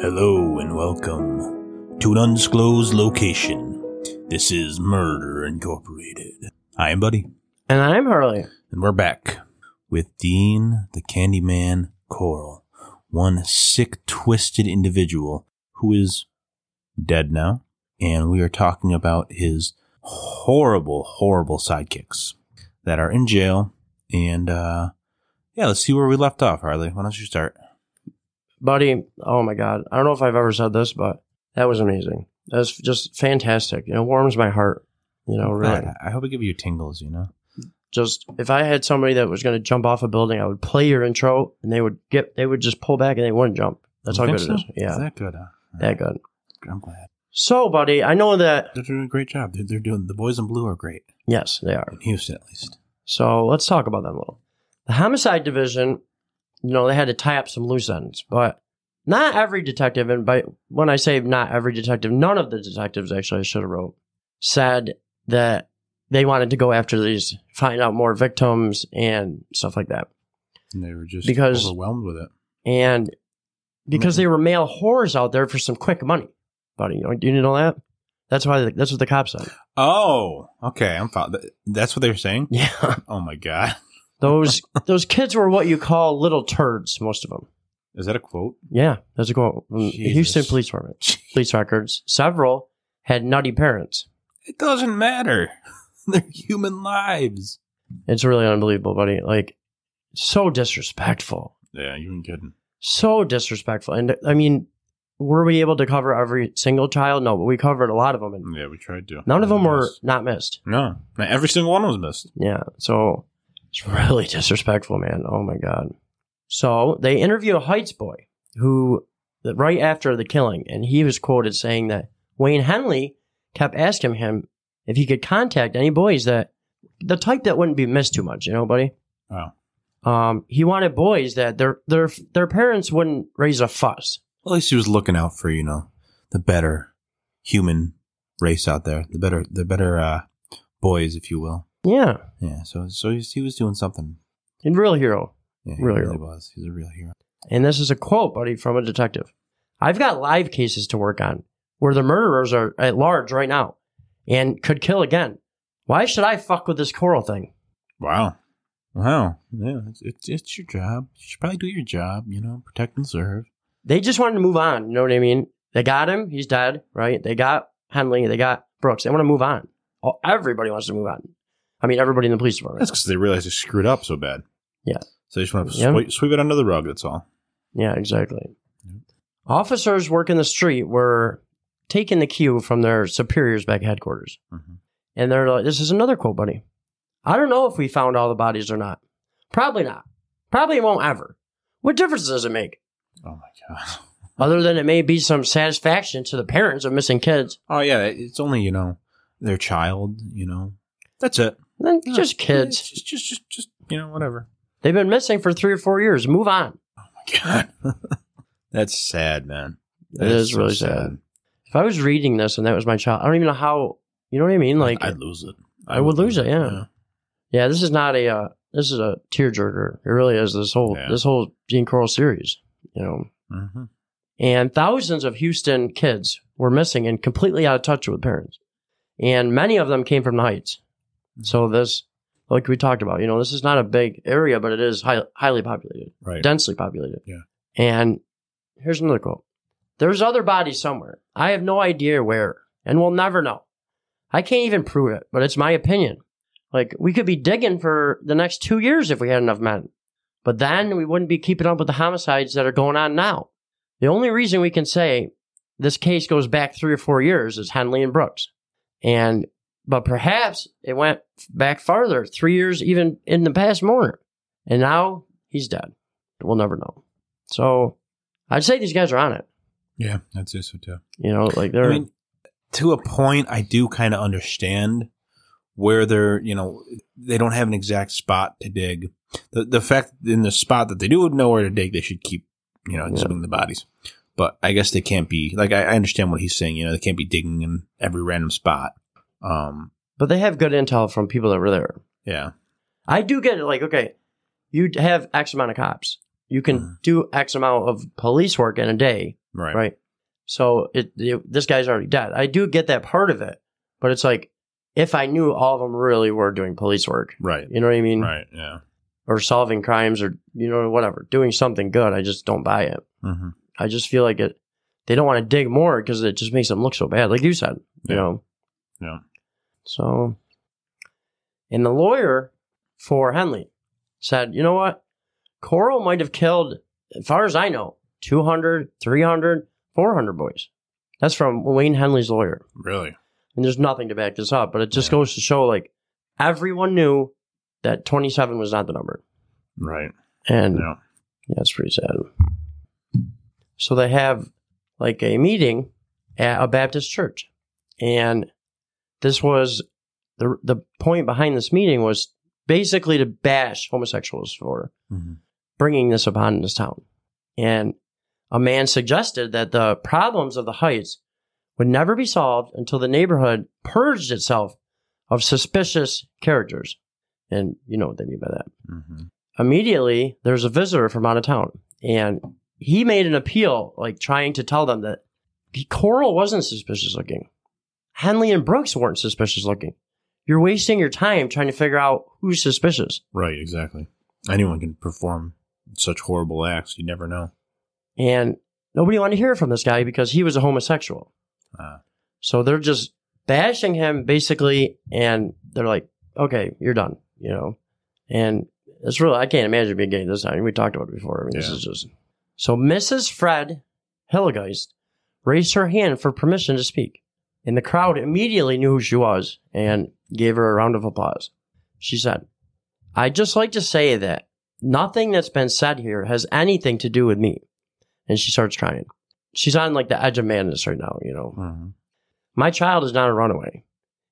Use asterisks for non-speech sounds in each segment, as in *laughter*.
Hello and welcome to an undisclosed location. This is Murder Incorporated. I am Buddy, And I'm Harley. and we're back with Dean the Candyman Coral, one sick, twisted individual who is dead now, and we are talking about his horrible, horrible sidekicks that are in jail. And uh, yeah, let's see where we left off, Harley. Why don't you start? Buddy, oh my God. I don't know if I've ever said this, but that was amazing. That was just fantastic. It warms my heart. You know, really. I, I hope I give you tingles. You know. Just if I had somebody that was going to jump off a building, I would play your intro and they would get, they would just pull back and they wouldn't jump. That's You how think good so? it is. Yeah. Is that good? Huh? that good. I'm glad. So, buddy, I know that. They're doing a great job. They're, they're doing the boys in blue are great Yes, they are. in Houston at least. So let's talk about them a little. The homicide division, you know, they had to tie up some loose ends, but not every detective, and by when I say not every detective, none of the detectives actually I should have wrote said that they wanted to go after these, find out more victims and stuff like that. And they were just Because- overwhelmed with it. And because they were male whores out there for some quick money, buddy. You know, do you know that? That's why. That's what the cops said. Oh, okay. I'm fine. That's what they were saying. Yeah, Oh my god, *laughs* those those kids were what you call little turds, most of them. is that a quote? Yeah, that's a quote. from the Jesus. Houston Police Department. Police records. Several had nutty parents. It doesn't matter. *laughs* They're human lives. It's really unbelievable, buddy. Like, so disrespectful. Yeah, you ain't kidding. So disrespectful. And I mean, were we able to cover every single child? No, but we covered a lot of them. And Yeah, we tried to. none of them were Yes. not missed. No, Not every single one was missed. Yeah. So it's really *laughs* disrespectful, man. Oh my God. So they interview a Heights boy who, right after the killing, and he was quoted saying that Wayne Henley kept asking him if he could contact any boys that the type that wouldn't be missed too much, you know, buddy. Wow. Um, he wanted boys that their their their parents wouldn't raise a fuss. At least he was looking out for you know the better human race out there, the better the better uh, boys, if you will. Yeah, Yeah. So so he's, he was doing something. and real hero. Yeah, Real hero. was. He's a real hero. And this is a quote, buddy, from a detective. I've got live cases to work on where the murderers are at large right now and could kill again. Why should I fuck with this coral thing? Wow. Wow. Yeah, it's, it's it's your job. You should probably do your job, you know, protect and serve. They just wanted to move on. You know what I mean? They got him. He's dead, right? They got Henley. They got Brooks. They want to move on. Oh, everybody wants to move on. I mean, everybody in the police department. That's because they realize they screwed up so bad. Yeah. So they just want to Yeah. sweep, sweep it under the rug, that's all. Yeah, exactly. Officers working the street were taking the cue from their superiors back at headquarters. Mhm. And they're like, this is another quote, buddy. I don't know if we found all the bodies or not. Probably not. Probably won't ever. What difference does it make? Oh, my God. Other than it may be some satisfaction to the parents of missing kids. Oh, yeah. It's only, you know, their child, you know. That's it. Then Yeah. just Yeah, kids. Just, just, just, just, you know, whatever. They've been missing for three or four years. Move on. Oh God. *laughs* that's sad, man. That it is is, so really sad. If I was reading this and that was my child, I don't even know how you know what I mean? Like I'd lose it. I would lose it, yeah. Yeah, this is not a uh, this is a tearjerker. It really is this whole Yeah. this whole Gene Coral series, you know. Mm-hmm. And thousands of Houston kids were missing and completely out of touch with parents. And many of them came from the Heights. So this like we talked about, you know, this is not a big area, but it is high, highly populated, Right. densely populated. Yeah. And here's another quote. There's other bodies somewhere. I have no idea where and we'll never know. I can't even prove it, but it's my opinion. Like we could be digging for the next two years if we had enough men, but then we wouldn't be keeping up with the homicides that are going on now. The only reason we can say this case goes back three or four years is Henley and Brooks, and but perhaps it went back farther, three years even in the past more, and now he's dead. We'll never know. So I'd say these guys are on it. yeah, that's it, so too. You know, like they're I mean, to a point, I do kind of understand where they're, you know, they don't have an exact spot to dig. The, the fact in the spot that they do know where to dig, they should keep, you know, Yeah. exhibiting the bodies. But I guess they can't be, like, I, I understand what he's saying, you know, they can't be digging in every random spot. Um, but they have good intel from people that were there. yeah. I do get it. Like, okay, you have X amount of cops. You can Mhm. do X amount of police work in a day Right. right? So it, it- this guy's already dead. I do get that part of it, but it's like if I knew all of them really were doing police work, Right. you know what I mean, Right. Yeah. or solving crimes, or you know whatever, doing something good. I just don't buy it. hmm I just feel like it. They don't want to dig more because it just makes them look so bad, like you said. Yeah. You know. Yeah. So, and the lawyer for Henley said, you know what? Coral might have killed, as far as I know, 200, 300, 400 boys. That's from Wayne Henley's lawyer. Really. And there's nothing to back this up, but it just Yeah. goes to show like everyone knew that 27 was not the number. Right. And Yeah. yeah, it's pretty sad. So they have like a meeting at a Baptist church, and this was the the point behind this meeting was basically to bash homosexuals for hmm bringing this upon this town. And a man suggested that the problems of the Heights would never be solved until the neighborhood purged itself of suspicious characters. And you know what they mean by that hmm immediately there's a visitor from out of town and he made an appeal like trying to tell them that coral wasn't suspicious looking henley and brooks weren't suspicious looking you're wasting your time trying to figure out who's suspicious Right. Exactly. Anyone can perform such horrible acts. You never know. and nobody wanted to hear from this guy because he was a homosexual Uh, so they're just bashing him basically and they're like okay you're done you know and it's really i can't imagine being gay this time we talked about it before i mean this Yeah. is just so mrs fred hillegeist raised her hand for permission to speak and the crowd immediately knew who she was and gave her a round of applause she said i'd just like to say that nothing that's been said here has anything to do with me and she starts crying she's on like the edge of madness right now you know mhm. my child is not a runaway.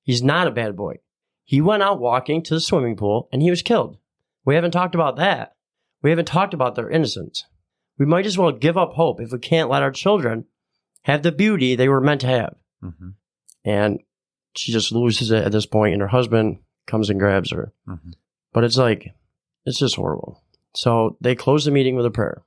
He's not a bad boy. He went out walking to the swimming pool and he was killed. We haven't talked about that. We haven't talked about their innocence. We might as well give up hope if we can't let our children have the beauty they were meant to have. Mhm. And she just loses it at this point, and her husband comes and grabs her. Mhm. But it's like, it's just horrible. So they close the meeting with a prayer.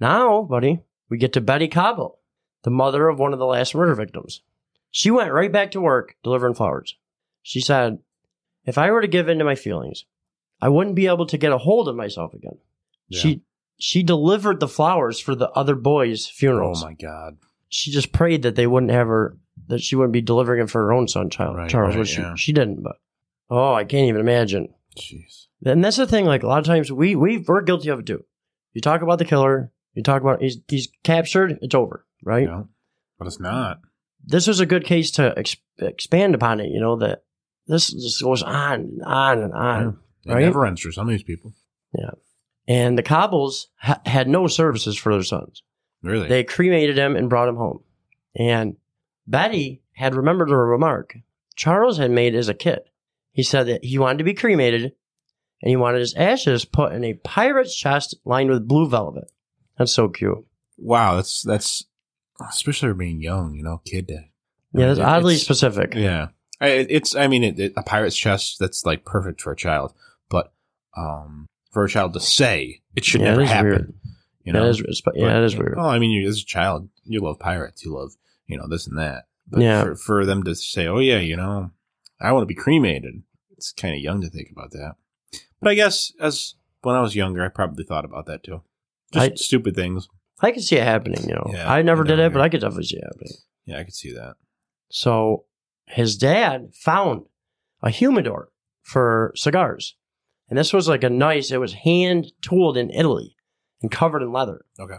Now, buddy, we get to Betty Cobble, the mother of one of the last murder victims. She went right back to work delivering flowers. She said, If I were to give in to my feelings, I wouldn't be able to get a hold of myself again. Yeah. She she delivered the flowers for the other boys' Oh funerals. my God. She just prayed that they wouldn't have her that she wouldn't be delivering it for her own son, child Right, Charles, right, which she, yeah. she didn't, but oh, I can't even imagine. Jeez. And that's the thing. Like a lot of times, we we we're guilty of it too. You talk about the killer. You talk about he's he's captured. It's over, right? Yeah. But it's not. This is a good case to ex- expand upon it. You know that this just goes on and on and on. It Right? never ends for some of these people. And the Cobbles ha- had no services for their sons. Really. They cremated him and brought him home. And Betty had remembered a remark Charles had made as a kid. He said that he wanted to be cremated and he wanted his ashes put in a pirate's chest lined with blue velvet. That's so cute. wow. That's that's especially for being young. You know, kid. To, Yeah, that's It- oddly it's- specific. Yeah, I, it- it's. I mean, it, it- a pirate's chest. That's like perfect for a child, but um, for a child to say it should Yeah, never it is happen. weird. You know, that is, it's- yeah, But- that is weird. Well, I mean, you, as a child, you love pirates. You love you know this and that. But Yeah. for, for them to say, "Oh yeah, you know, I want to be cremated," it's kind of young to think about that. But I guess as when I was younger, I probably thought about that too. Just I- stupid things. I could see it happening, you know. Yeah, I never I did know, it, but yeah. I could definitely see it happening. Yeah, I could see that. So his dad found a humidor for cigars. And this was like a nice, it was hand tooled in Italy and covered in leather. Okay.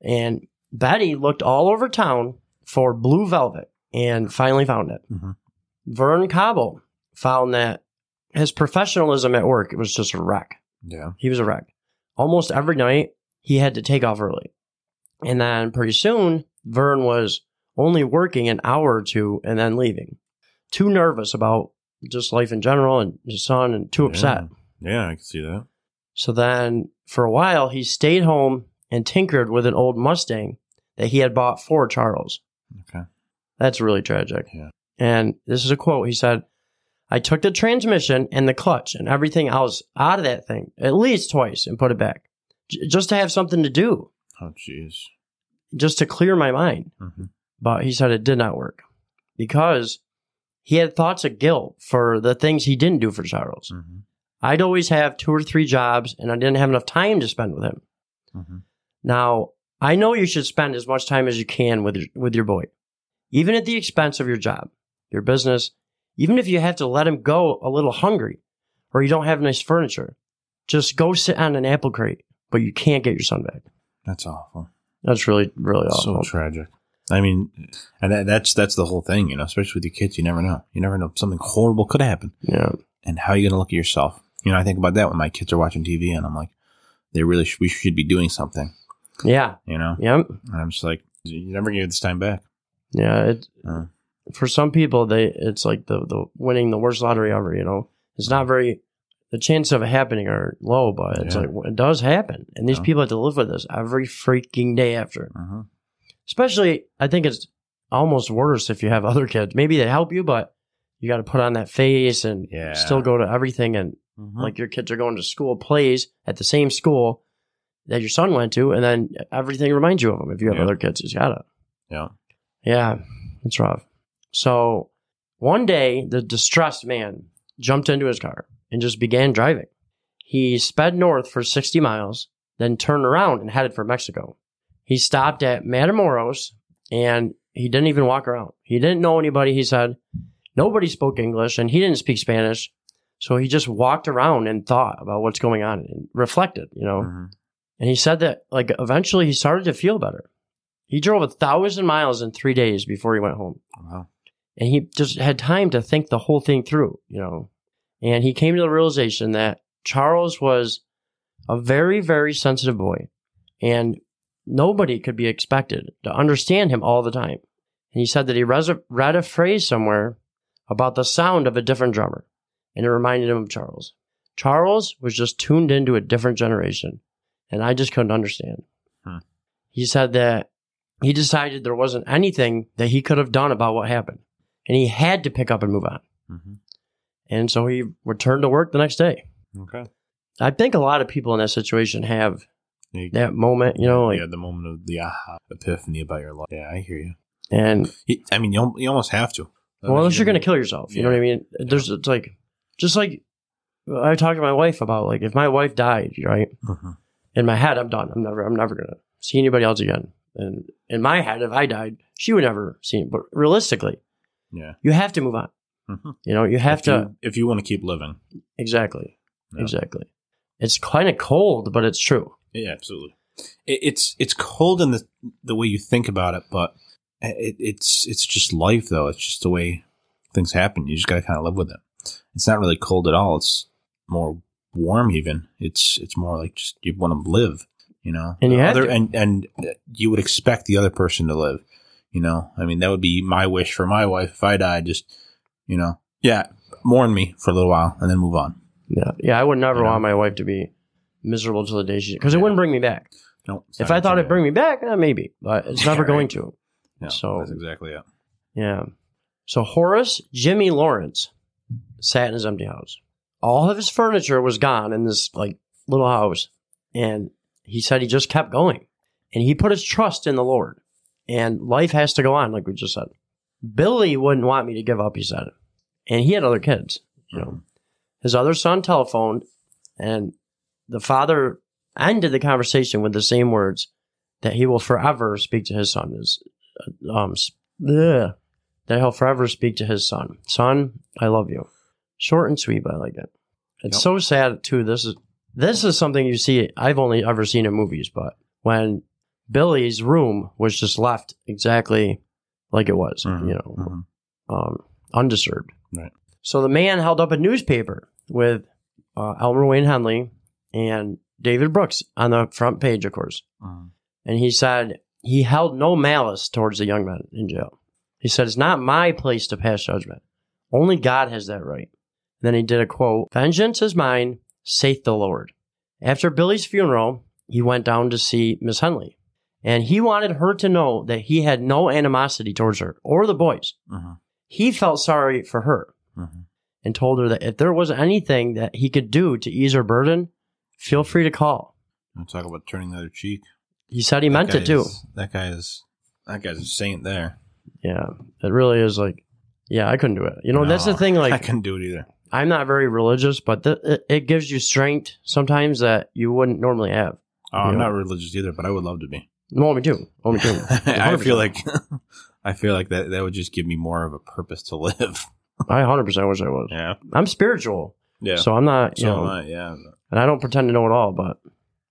And Betty looked all over town for blue velvet and finally found it. Mhm. Vern Cobble found that his professionalism at work was just a wreck. Yeah. He was a wreck. Almost every night, he had to take off early. And then pretty soon, Vern was only working an hour or two and then leaving. Too nervous about just life in general and his son and too upset. Yeah, yeah I could see that. So then for a while, he stayed home and tinkered with an old Mustang that he had bought for Charles. Okay. That's really tragic. Yeah. And this is a quote. He said, I took the transmission and the clutch and everything else out of that thing at least twice and put it back j- just to have something to do. Oh, jeez. just to clear my mind. Mm-hmm. But he said it did not work because he had thoughts of guilt for the things he didn't do for Charles. Mm-hmm. I'd always have two or three jobs and I didn't have enough time to spend with him. Mm-hmm. Now, I know you should spend as much time as you can with your, with your boy, even at the expense of your job, your business, even if you have to let him go a little hungry or you don't have nice furniture. Just go sit on an apple crate, but you can't get your son back. That's awful. That's really, really So awful. tragic. I mean, and that, that's that's the whole thing, you know. Especially with your kids, you never know. You never know something horrible could happen, yeah. and how you going to look at yourself. You know, I think about that when my kids are watching TV, and I'm like, they really sh- we should be doing something, Yeah. you know. Yep. And I'm just like, you never get this time back. Yeah. It, Uh. For some people, they it's like the, the winning the worst lottery ever, you know? It's not very, the chances of it happening are low, but it's Yeah. like, it does happen. And these Yeah. people have to live with this every freaking day after. Uh-huh. especially I think it's almost worse if you have other kids. Maybe they help you, but you got to put on that face and Yeah. Mm-hmm. still go to everything. And Like, like your kids are going to school plays at the same school that your son went to, and then everything reminds you of them. If you have Yeah. other kids, you gotta. yeah. Yeah, it's rough. So one day, the distressed man jumped into his car and just began driving. He sped north for 60 miles, then turned around and headed for Mexico. He stopped at Matamoros and he didn't even walk around. He didn't know anybody, he said. Nobody spoke English and he didn't speak Spanish. So he just walked around and thought about what's going on and reflected, you know. Mhm. And he said that like eventually he started to feel better. He drove a thousand miles in three days before he went home. Wow. And he just had time to think the whole thing through, you know. And he came to the realization that Charles was a very, very sensitive boy. And nobody could be expected to understand him all the time. And he said that he res- read a phrase somewhere about the sound of a different drummer. And it reminded him of Charles. Charles was just tuned into a different generation and I just couldn't understand. Hmm. He said that he decided there wasn't anything that he could have done about what happened, and he had to pick up and move on. Mhm. And so he returned to work the next day. Okay. I think a lot of people in that situation have You- that moment, you know, like, yeah, the moment of the aha epiphany about your life. Yeah, I hear you. and You- I mean, you, al- you almost have to. well, unless you're going to kill yourself, you know what I mean? There's it's like, just like I talked to my wife about, like, if my wife died, right? Mhm. In my head, I'm done. I'm never, I'm never going to see anybody else again. And in my head, if I died, she would never see it. But realistically, Yeah. you have to move on. Mhm. You know, you have if to you, if you want to keep living. exactly, Yeah. exactly. It's kind of cold, but it's true. Yeah, absolutely. It, it's it's cold in the the way you think about it, but it, it's it's just life though. It's just the way things happen. You just got to kind of live with it. It's not really cold at all. It's more warm even. It's it's more like just you want to live, you know. And you The have other to. and and you would expect the other person to live, you know. I mean, that would be my wish for my wife if I died just, you know. Yeah, mourn me for a little while and then move on. Yeah, yeah. I would never You know? want my wife to be miserable till the day she because Yeah. it wouldn't bring me back. No. it's if not I thought gonna it'd bring me back, eh, maybe, but it's never Right. going to. Yeah, so- that's exactly it. Yeah. So Horace Jimmy Lawrence sat in his empty house. All of his furniture was gone in this like little house. And he said he just kept going. And he put his trust in the Lord. And life has to go on, like we just said. Billy wouldn't want me to give up, he said. And he had other kids. You know. His other son telephoned and the father ended the conversation with the same words that he will forever speak to his son is um s- bleh, that he'll forever speak to his son son i love you short and sweet but i like it it's Yep. so sad too this is this is something you see i've only ever seen in movies but when billy's room was just left exactly like it was Mhm, you know mhm. um, undisturbed. Right. So the man held up a newspaper with uh, Elmer Wayne Henley and David Brooks on the front page, of course. Mm. And he said he held no malice towards the young men in jail. He said, It's not my place to pass judgment. Only God has that right. Then he did a quote Vengeance is mine, saith the Lord. After Billy's funeral, he went down to see Miss Henley. And he wanted her to know that he had no animosity towards her or the boys Mhm, he felt sorry for her mhm. and told her that if there was anything that he could do to ease her burden, feel free to call. And Talk about turning the other cheek. He said he meant That it guy too. is- That guy is that guy's a saint there. Yeah, it really is like, yeah, I couldn't do it. You know, that's the No, thing. I Like, couldn't do it either. I'm not very religious, but th- it, it gives you strength sometimes that you wouldn't normally have. Oh, I'm Yeah. not religious either, but I would love to be. No, me too. *laughs* Oh, me too. *laughs* I feel like *laughs* I feel like that that would just give me more of a purpose to *laughs* live. I 100 percent wish I was. Yeah, I'm spiritual, yeah. So, so I'm not. You know, am I, yeah, and I don't pretend to know it all, but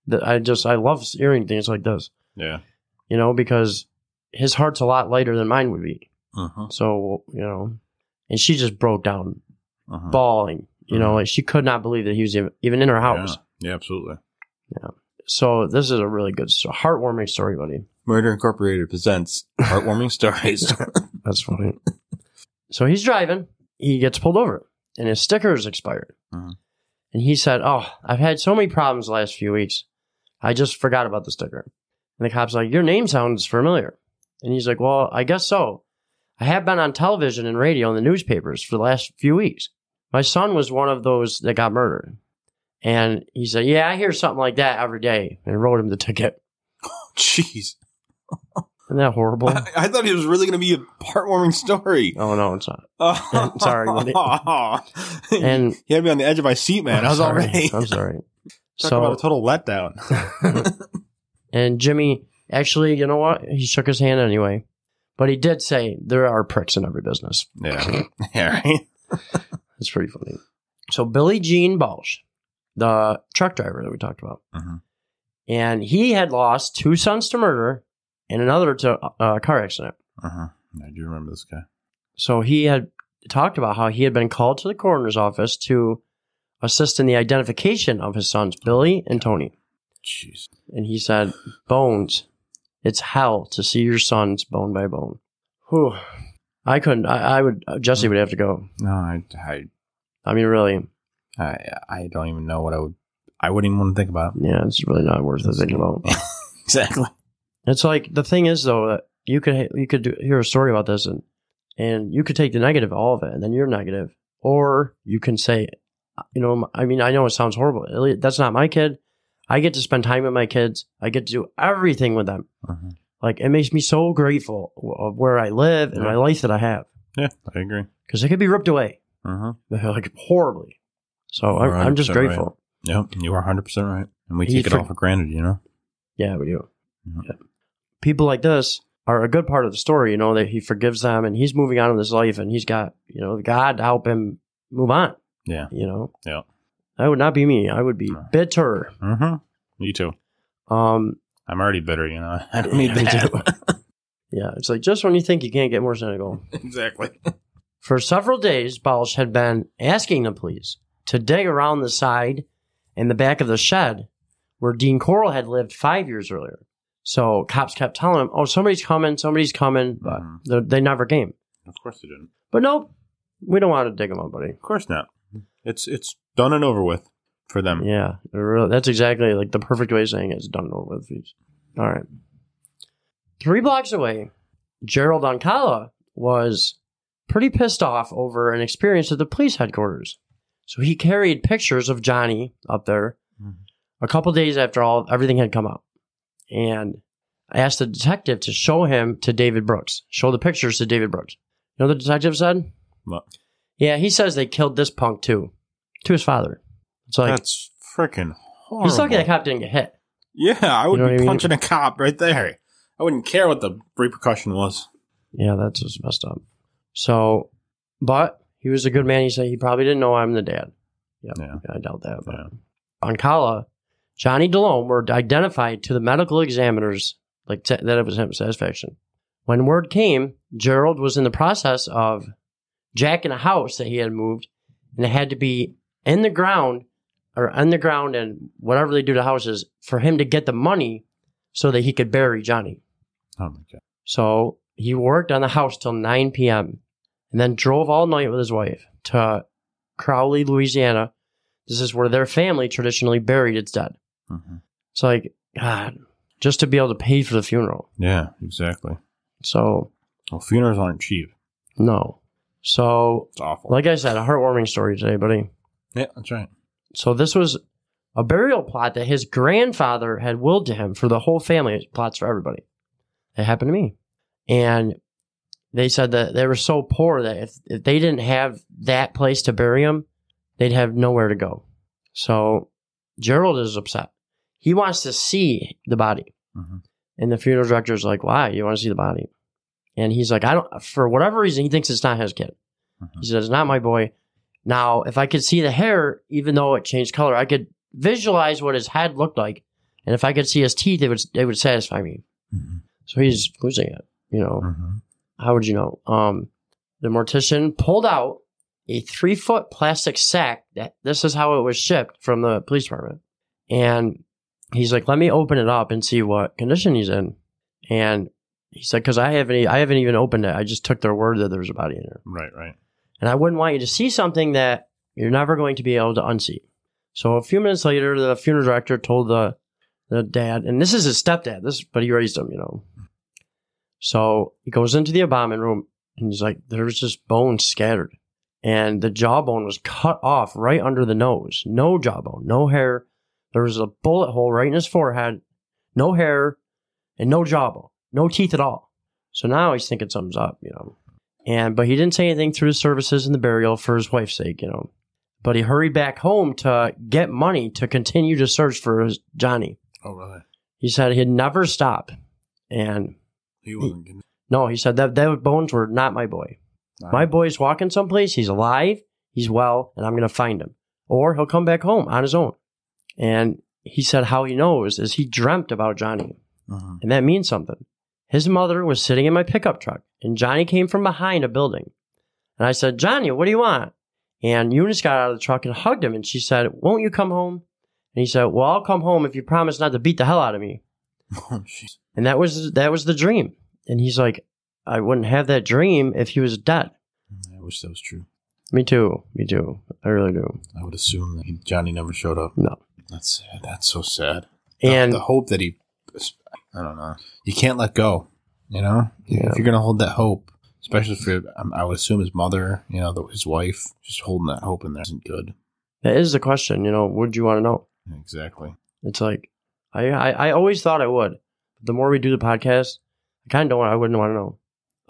th- I just I love hearing things like this. yeah. You know, because his heart's a lot lighter than mine would be. Uh-huh, So you know, and she just broke down, uh-huh. bawling. You know, Mhm. like she could not believe that he was even, even in her house. Yeah. yeah, absolutely. So this is a really good, so- heartwarming story, buddy. Murder Incorporated presents heartwarming *laughs* stories. *laughs* That's funny. so he's driving. He gets pulled over, and his sticker is expired. Mhm. And he said, "Oh, I've had so many problems the last few weeks. I just forgot about the sticker." And the cop's like, "Your name sounds familiar." And he's like, "Well, I guess so. I have been on television and radio and the newspapers for the last few weeks. My son was one of those that got murdered." And he said, "Yeah, I hear something like that every day," and wrote him the ticket. Jeez, Isn't *laughs* that horrible? I, I thought it was really going to be a heartwarming story. oh no, it's not. Oh. *laughs* Sorry, buddy. *laughs* *laughs* And you had me on the edge of my seat, man. I was sorry. *laughs* already I'm sorry. talking about a so, total letdown. *laughs* and Jimmy, actually, you know what? He shook his hand anyway, but he did say there are pricks in every business. yeah, yeah, right? It's pretty funny. So Billy Jean Balsh, the truck driver that we talked about, Mhm. and he had lost two sons to murder and another to uh, a car accident. Uh-huh. I do remember this guy. So he had talked about how he had been called to the coroner's office to assist in the identification of his sons, Billy and Tony. Jeez. And he said, Bones, it's hell to see your sons bone by bone. Whew. I couldn't. I, I would. uh, Jesse would have to go. No, I, I, I mean, really. I, I don't even know what I would. I wouldn't even want to think about it. Yeah, it's really not worth thinking about. Exactly. It's like the thing is though that you could you could do, hear a story about this and and you could take the negative all of it and then you're negative, or you can say, you know, I mean, I know it sounds horrible. At least That's not my kid. I get to spend time with my kids. I get to do everything with them. Uh-huh. Like it makes me so grateful of where I live and my life that I have. Yeah, I agree. because it could be ripped away *laughs* Uh-huh. like horribly. So I, You're I'm just 100% grateful. Yep, you are 100% right. And we He take it for- all for granted, you know? Yeah, we do. Mhm. Yeah. People like this are a good part of the story. You know that he forgives them and he's moving on in his life and he's got you know God to help him move on. Yeah. You know. Yeah. That would not be me. I would be No. bitter. Mm-hmm. Me too. Um. I'm already bitter, you know? *laughs* I don't Yeah, need *laughs* me that. Yeah. It's like just when you think you can't get more cynical. exactly. For several days, Balch had been asking the police to dig around the side and the back of the shed where Dean Coral had lived five years earlier. So cops kept telling him, "Oh, somebody's coming, somebody's coming," but Mhm. they they never came. Of course you didn't. But nope, we don't want to dig him up, buddy. Of course not. It's it's done and over with for them. Yeah, it really- that's exactly like the perfect way of saying it is done over with these. All right. Three blocks away, Gerald Oncala was pretty pissed off over an experience at the police headquarters. So he carried pictures of Johnny up there Mhm. a couple days after all everything had come out. And I asked the detective to show him to David Brooks. Show the pictures to David Brooks. You know what the detective said? What? Yeah, he says they killed this punk too. To his father. It's like That's freaking horrible. He's lucky that cop didn't get hit. Yeah, I would know what I be mean? punching a cop right there. I wouldn't care what the repercussion was. Yeah, that's just messed up. So, but he was a good man. He said he probably didn't know I'm the dad. Yep. Yeah. I doubt that. But Oncala, Johnny DeLome were identified to the medical examiners like t- that it was him satisfaction. When word came, Gerald was in the process of jacking a house that he had moved, and it had to be in the ground or on the ground and whatever they do to houses for him to get the money so that he could bury Johnny. Oh my god. So he worked on the house till 9 p.m. and then drove all night with his wife to Crowley, Louisiana. This is where their family traditionally buried its dead. Mm-hmm. hmm It's like, God, just to be able to pay for the funeral. Yeah, exactly. So, Well, funerals aren't cheap. no. So, It's awful. like I said, a heartwarming story today, buddy. yeah, that's right. So, this was a burial plot that his grandfather had willed to him for the whole family. It's plots for everybody. It happened to me. And they said that they were so poor that if, if they didn't have that place to bury him, they'd have nowhere to go. So Gerald is upset. He wants to see the body. Mhm. And the funeral director's like, why? You want to see the body? And he's like, I don't, for whatever reason, he thinks it's not his kid. He says, it's not my boy. Now, if I could see the hair, even though it changed color, I could visualize what his head looked like. And if I could see his teeth, it would, it would satisfy me. Mhm. So he's losing it, you know Mhm. how would you know? Um, the mortician pulled out a three foot plastic sack that this is how it was shipped from the police department. And he's like, let me open it up and see what condition he's in. And he said, because I haven't, e- I haven't even opened it. I just took their word that there's a body in there. Right, right. And I wouldn't want you to see something that you're never going to be able to unsee. So a few minutes later, the funeral director told the the dad, and this is his stepdad, this but he raised him, you know. So he goes into the embalming room and he's like, there was just bones scattered. And the jawbone was cut off right under the nose. No jawbone, no hair. There was a bullet hole right in his forehead, no hair, and no jawbone, no teeth at all. So now he's thinking something's up, you know. And but he didn't say anything through the services and the burial for his wife's sake, you know. But he hurried back home to get money to continue to search for his Johnny. Oh, really? He said he'd never stop. And He wasn't getting no, he said that those bones were not my boy. My boy's walking someplace. He's alive. He's well, and I'm going to find him. Or he'll come back home on his own. And he said how he knows is he dreamt about Johnny, Mhm. and that means something. His mother was sitting in my pickup truck, and Johnny came from behind a building. And I said, Johnny, what do you want? And Eunice got out of the truck and hugged him, and she said, Won't you come home? And he said, Well, I'll come home if you promise not to beat the hell out of me *laughs* Oh, jeez. and that was that was the dream and he's like i wouldn't have that dream if he was dead I wish that was true. me too me too i really do I would assume that he, Johnny never showed up. No. That's sad. That's so sad. The- and the hope that he, I don't know. You can't let go. You know, Yeah. if you're gonna hold that hope, especially for um, I would assume his mother, you know, the, his wife, just holding that hope in there isn't good. that is the question you know would you want to know Exactly. it's like I, I i always thought i would but the more we do the podcast i kind of don't want i wouldn't want to know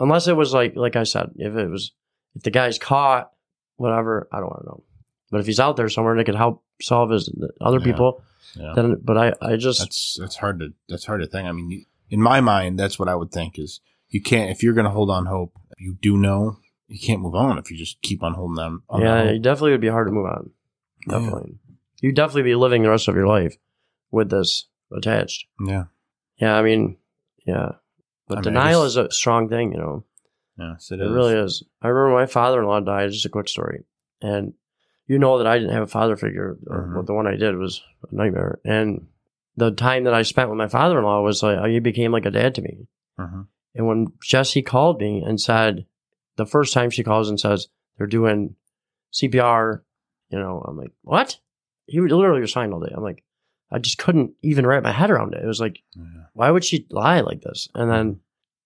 unless it was like like i said if it was if the guy's caught whatever i don't want to know but if he's out there somewhere that could help solve his other Yeah. people Yeah. then but i i just that's that's hard to that's hard to think. I mean, you- in my mind, that's what I would think is you can't if you're gonna hold on hope. You do know you can't move on if you just keep on holding them. On yeah, that it definitely would be hard to move on. Yeah. Definitely. You'd definitely be living the rest of your life with this attached. hope. yeah, Yeah, I mean, yeah. But I mean, I denial just- is a strong thing, you know. yes, it It, is. really is. I remember my father in law died, just a quick story. And you know that I didn't have a father figure. or Mhm. Well, the one I did was a nightmare. And the time that I spent with my father in law was like, he became like a dad to me. Mhm. And when Jesse called me and said, the first time she calls and says, they're doing CPR, you know, I'm like, what? He was- literally was fine all day. I'm like, I just couldn't even wrap my head around it. It was like, Yeah. why would she lie like this? And then, Mm-hmm.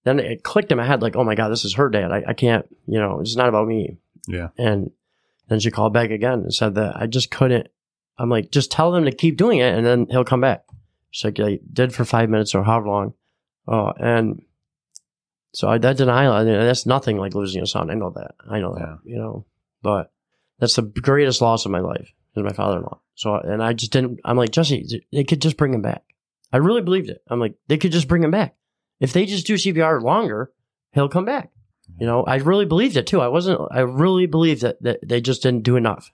then it clicked in my head, like, oh my God, this is her dad. I, I can't, you know, it's not about me. Yeah. And then she called back again and said that I just couldn't. I'm like, just tell them to keep doing it and then he'll come back. She's like, I did for five minutes or however long. Oh, and so I, that denial, I mean, that's nothing like losing a son. I know that. I know that, Yeah. you know, but that's the greatest loss of my life is my father in law. So, and I just didn't, I'm like, Jesse, they could just bring him back. I really believed it. I'm like, they could just bring him back. If they just do CPR longer, he'll come back. You know, I really believed it too. I wasn't, I really believed that, that they just didn't do enough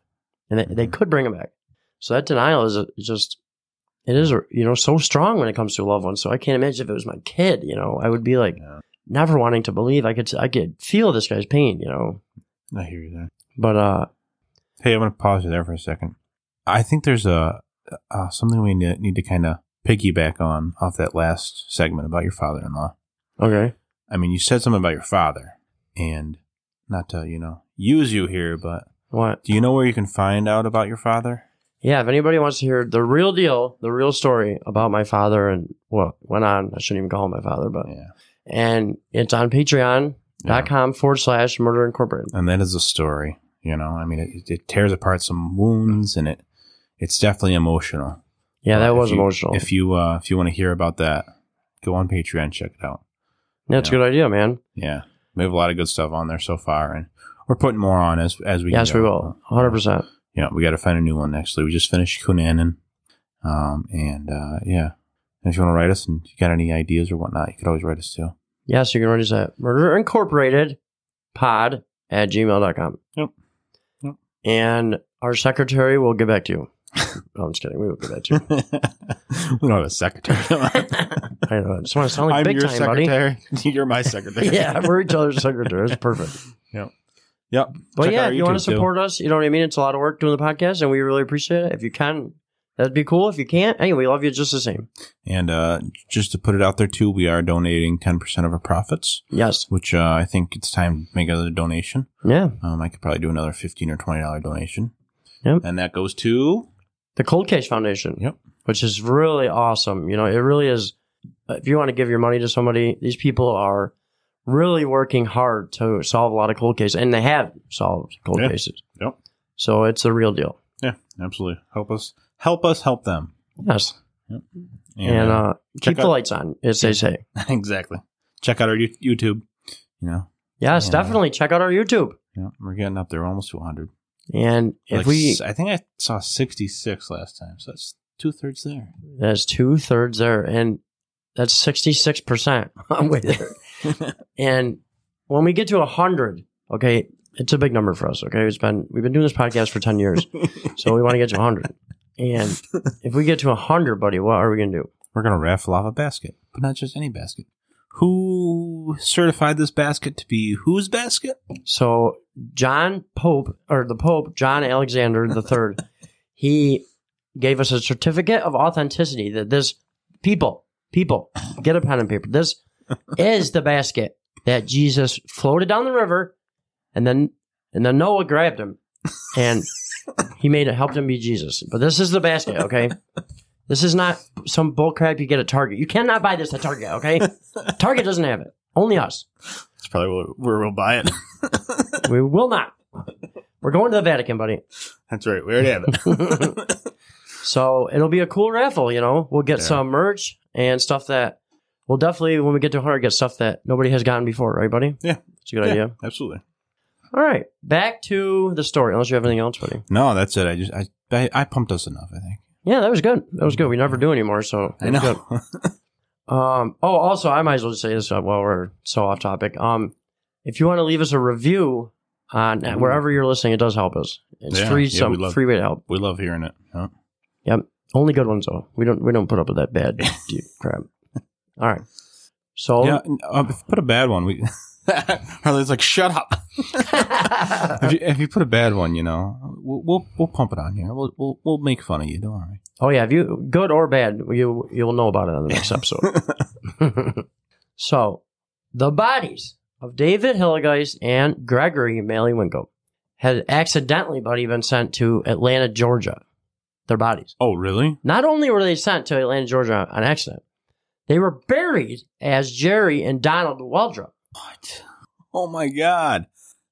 and that they Mhm. could bring him back. So that denial is a, is just, it is, you know, so strong when it comes to a loved one. So I can't imagine if it was my kid, you know, I would be like Yeah. never wanting to believe I could, I could feel this guy's pain, you know, I hear you there. but, uh, Hey, I'm going to pause you there for a second. I think there's a uh, something we ne- need to kind of piggyback on off that last segment about your father-in-law. okay. I mean, you said something about your father, and not to you know use you here, but What? do you know where you can find out about your father? Yeah, if anybody wants to hear the real deal, the real story about my father and what went on, I shouldn't even call him my father, but Yeah, and it's on Patreon Yeah. dot com forward slash Murder Incorporated. and that is a story. You know, I mean, it, it tears apart some wounds, and it It's definitely emotional. Yeah, that If was you- emotional. If you uh, if you want to hear about that, go on Patreon, check it out. That's yeah. a good idea, man. Yeah, we have a lot of good stuff on there so far, and we're putting more on as as we. yes, go. we will. 100%. Yeah, we got to find a new one actually. We just finished Kunanen, um, and uh, yeah. And if you want to write us and you got any ideas or whatnot, you could always write us *laughs* too. Yes, you can write us at Murder Incorporated pod at gmail.com. Yep. Yep. And our secretary will get back to you. *laughs* no, I'm just kidding. We will get back to you. we don't have a *laughs* secretary. I, know, I just want to sound like big time, buddy. You're my secretary. *laughs* *laughs* yeah, we're each other's secretaries. Perfect. Yep. But Check out yeah, our if you want to YouTube, too. support us, you know what I mean? It's a lot of work doing the podcast, and we really appreciate it. If you can, that'd be cool. If you can't, hey, we love you just the same. And uh, just to put it out there too, we are donating ten percent of our profits, Yes. which uh, I think it's time to make another donation. Yeah. Um, I could probably do another fifteen or twenty dollar donation. Yep. And that goes to The Cold Case Foundation. Yep. Which is really awesome. You know, it really is. uh, If you want to give your money to somebody, these people are really working hard to solve a lot of cold cases, and they have solved cold Yeah. cases. Yep. So it's the real deal. yeah, absolutely help us, help us, help them, Yes. And uh, Check keep the out- lights on, as they say. *laughs* exactly. Check out our Yo- YouTube. You know, Yes, Yeah. definitely. Check out our YouTube. yeah, we're getting up there, almost two hundred. And if Like, we s- I think I saw sixty six last time, so that's two thirds there. That's two thirds there, and that's sixty six percent. *laughs* I'm with it. And when we get to hundred, okay, it's a big number for us. Okay, it's been we've been doing this podcast for ten years, so we want to get to hundred. And if we get to hundred, buddy, what are we gonna do? We're gonna raffle off a basket, but not just any basket. Who certified this basket to be whose basket? So John Pope or the Pope John Alexander the Third, he gave us a certificate of authenticity that this people people get a pen and paper. This is the basket that Jesus floated down the river, and then and then Noah grabbed him, and he made it helped him be Jesus. But this is the basket, okay? This is not some bull crap you get at Target. You cannot buy this at Target, okay? Target doesn't have it. Only us. That's probably where we'll buy it. *laughs* We will not. We're going to the *laughs* Vatican, buddy. That's right. We already have it. So it'll be a cool raffle, you know. We'll get Yeah. some merch and stuff that we'll definitely, when we get to 100, get stuff that nobody has gotten before, right, buddy? Yeah. It's a good Yeah. idea. *laughs* Absolutely. All right. Back to the story, unless you have anything else, buddy. No, that's it. I just I I, I pumped us enough. I think. Yeah, that was good. That was good. We never do anymore, so I it was know. good. Um, oh, also, I might as well just say this uh, while we're so off topic. Um, if you want to leave us a review on Ooh. wherever you're listening, it does help us. It's Mm-hmm. Yeah. free, Yeah, some we love- free way to help. *laughs* we love hearing it. Huh? Only good ones though. We don't we don't put up with that bad *laughs* dude crap. All right. *laughs* So Yeah. and, Uh, if you put a bad one, we. *laughs* Harley's like, shut up. *laughs* If you, if you put a bad one, you know, we'll we'll, we'll pump it on here. We'll, we'll we'll make fun of you. Don't worry. *laughs* oh yeah, if you good or bad, you you'll know about it on the next episode. *laughs* so the bodies of David Hillegeist and Gregory Maliwinko had accidentally, buddy, been sent to Atlanta, Georgia. Their bodies. Oh, really? Not only were they sent to Atlanta, Georgia on accident, they were buried as Jerry and Donald Waldrop. What? Oh my God.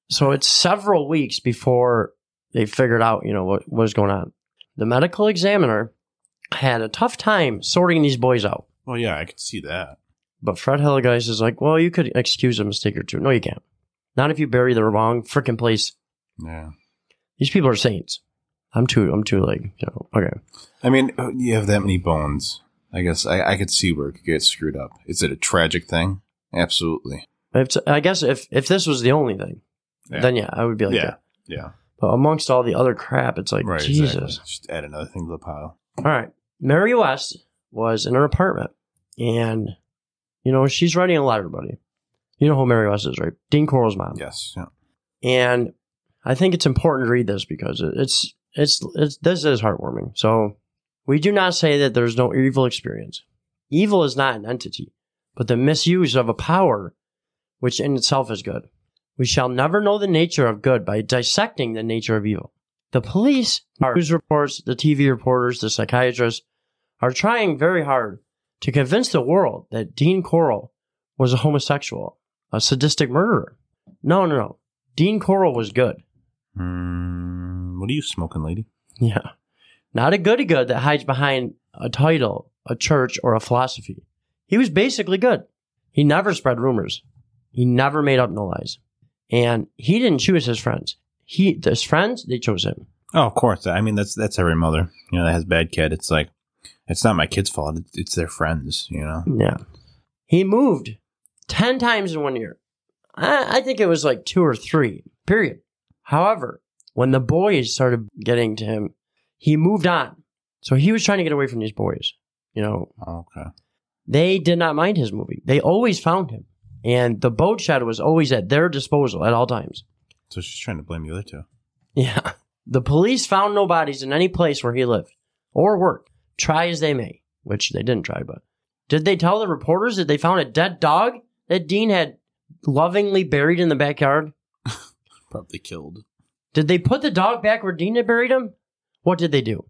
So it's several weeks before they figured out, you know, what was going on. The medical examiner had a tough time sorting these boys out. Well, yeah, I could see that. But Fred Hellegeist is like, well, you could excuse a mistake or two. No, you can't. Not if you bury the wrong freaking place. Yeah. These people are saints. I'm too, I'm too like, you know, okay. I mean, uh, you have that many bones. I guess I, I could see where it could get screwed up. Is it a tragic thing? Absolutely. If, I guess if, if this was the only thing, Yeah. then yeah, I would be like, yeah. Yeah. But amongst all the other crap, it's like, Right. Jesus. Exactly. Just add another thing to the pile. All right. Mary West was in her apartment and, you know, she's writing a letter, buddy. You know who Mary West is, right? Dean Coral's mom. Yes. Yeah. And I think it's important to read this because it- it's, it's, it's, this is heartwarming. So we do not say that there's no evil experience. Evil is not an entity, but the misuse of a power, which in itself is good. We shall never know the nature of good by dissecting the nature of evil. The police, our news reports, the TV reporters, the psychiatrists are trying very hard to convince the world that Dean Coral was a homosexual, a sadistic murderer. No, no, no. Dean Coral was good. Hmm, Mm, what are you smoking, lady? Yeah. Not a goody good that hides behind a title, a church, or a philosophy. He was basically good. He never spread rumors. He never made up no lies. And he didn't choose his friends. He his friends, they chose him. Oh, of course. I mean, that's that's every mother, you know, that has bad kid. It's like, it's not my kid's fault. It's, it's their friends, you know. Yeah. He moved ten times in one year. I, I think it was like two or three. Period. However, when the boys started getting to him, he moved on. So he was trying to get away from these boys. You know, Okay. they did not mind his moving. They always found him. And the boat shadow was always at their disposal at all times. So she's trying to blame the other two. Yeah. *laughs* The police found no bodies in any place where he lived or worked, try as they may, which they didn't try, but. Did they tell the reporters that they found a dead dog that Dean had lovingly buried in the backyard? Probably killed. Did they put the dog back where Dean had buried him? What did they do?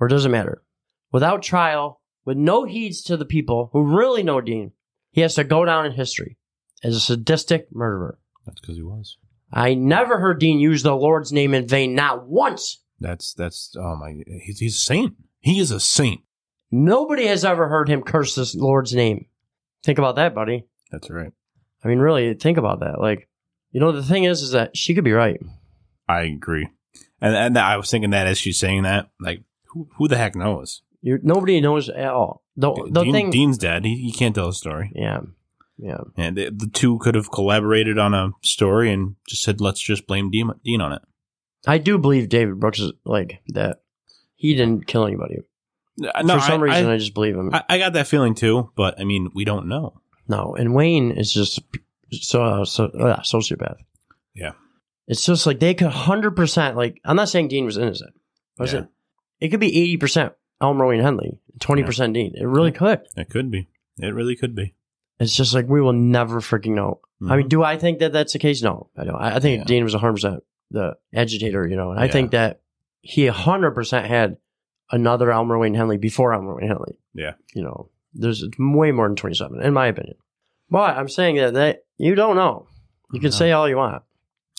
Or does it matter? Without trial, with no heeds to the people who really know Dean, he has to go down in history as a sadistic murderer. That's because he was. I never heard Dean use the Lord's name in vain, not once. That's that's oh my. He's he's a saint. He is a saint. Nobody has ever heard him curse this Lord's name. Think about that, buddy. That's right. I mean, really, think about that. Like, you know, the thing is, is that she could be right. I agree. And and I was thinking that as she's saying that, like who who the heck knows? You, nobody knows at all. The, the Dean, thing, Dean's dead. He, he can't tell a story. yeah, yeah. And the, the two could have collaborated on a story and just said, let's just blame Dean, Dean on it. I do believe David Brooks is like that. He didn't kill anybody. Uh, No, For some I, reason, I, I, just believe him. I, I got that feeling too, but I mean, we don't know. no, and Wayne is just so so uh, sociopath. Yeah. it's just like they could hundred percent. Like I'm not saying Dean was innocent. Was Yeah. it? It could be eighty percent Elmer Wayne Henley, twenty percent Dean. It really could. It could be. It really could be. It's just like we will never freaking know. I mean, do I think that that's the case? No, I don't. I I Mm-hmm. think Yeah. Dean was 100% the agitator, you know, and I Yeah. think that he 100% had another Elmer Wayne Henley before Elmer Wayne Henley. Yeah. You know, there's way more than 27, in my opinion. But I'm saying that, that you don't know. You can No. say all you want.